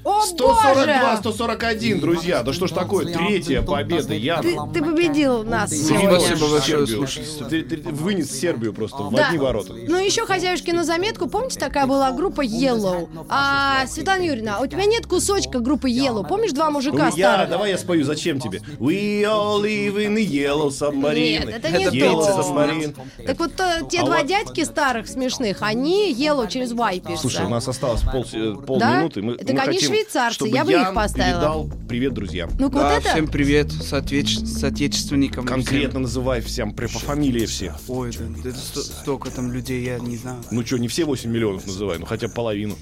S2: О,
S3: 142,
S2: боже!
S3: 141, друзья. Да что ж такое? Третья победа, я.
S2: Ты- ты победил нас
S4: сегодня. Спасибо большое,
S3: слушатели. Ну, Ты- ты вынес Сербию просто в
S2: Да.
S3: одни ворота.
S2: Ну, еще хозяюшки на заметку. Помните, такая была группа Yellow? А, Светлана Юрьевна, а у тебя нет кусочка группы Yellow? Помнишь, два мужика
S3: Ну, я,
S2: старых?
S3: давай я спою, зачем тебе? We all live in the yellow submarine.
S2: Нет, это не
S3: Yellow
S2: то.
S3: submarine.
S2: Так вот, э, те
S3: А
S2: два
S3: вот-
S2: дядьки старых, смешных, они Yellow через Y пишутся.
S3: Слушай, у нас осталось пол, э,
S2: Да?
S3: полминуты. Мы,
S2: Так
S3: мы
S2: они
S3: хотим,
S2: швейцарцы,
S3: чтобы
S2: я бы их
S3: Ян
S2: поставила. Ну,
S3: передал привет друзьям.
S2: Ну-ка,
S4: Да,
S2: вот это...
S4: всем привет, соотвеч- соотечественникам.
S3: Конкретно называй всем при- по фамилии все.
S4: всем. Ой, да, да это сто- столько там людей, я не знаю.
S3: Ну что, не все 8 миллионов называй, ну хотя бы половину.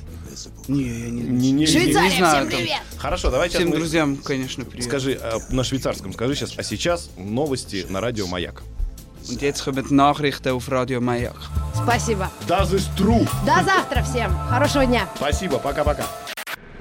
S4: Не, я не,
S3: Не- не- не-
S2: Швейцария,
S4: не знаю,
S2: всем
S4: там.
S2: привет!
S3: Хорошо, давай сейчас
S4: Всем
S3: мы-
S4: друзьям, конечно, привет.
S3: Скажи э, на швейцарском, скажи сейчас. А сейчас новости на радио Маяк.
S4: Und jetzt kommen die Nachrichten auf Radio Mayak.
S2: Спасибо.
S3: Да, is true.
S2: До завтра всем. Хорошего дня.
S3: Спасибо, пока-пока.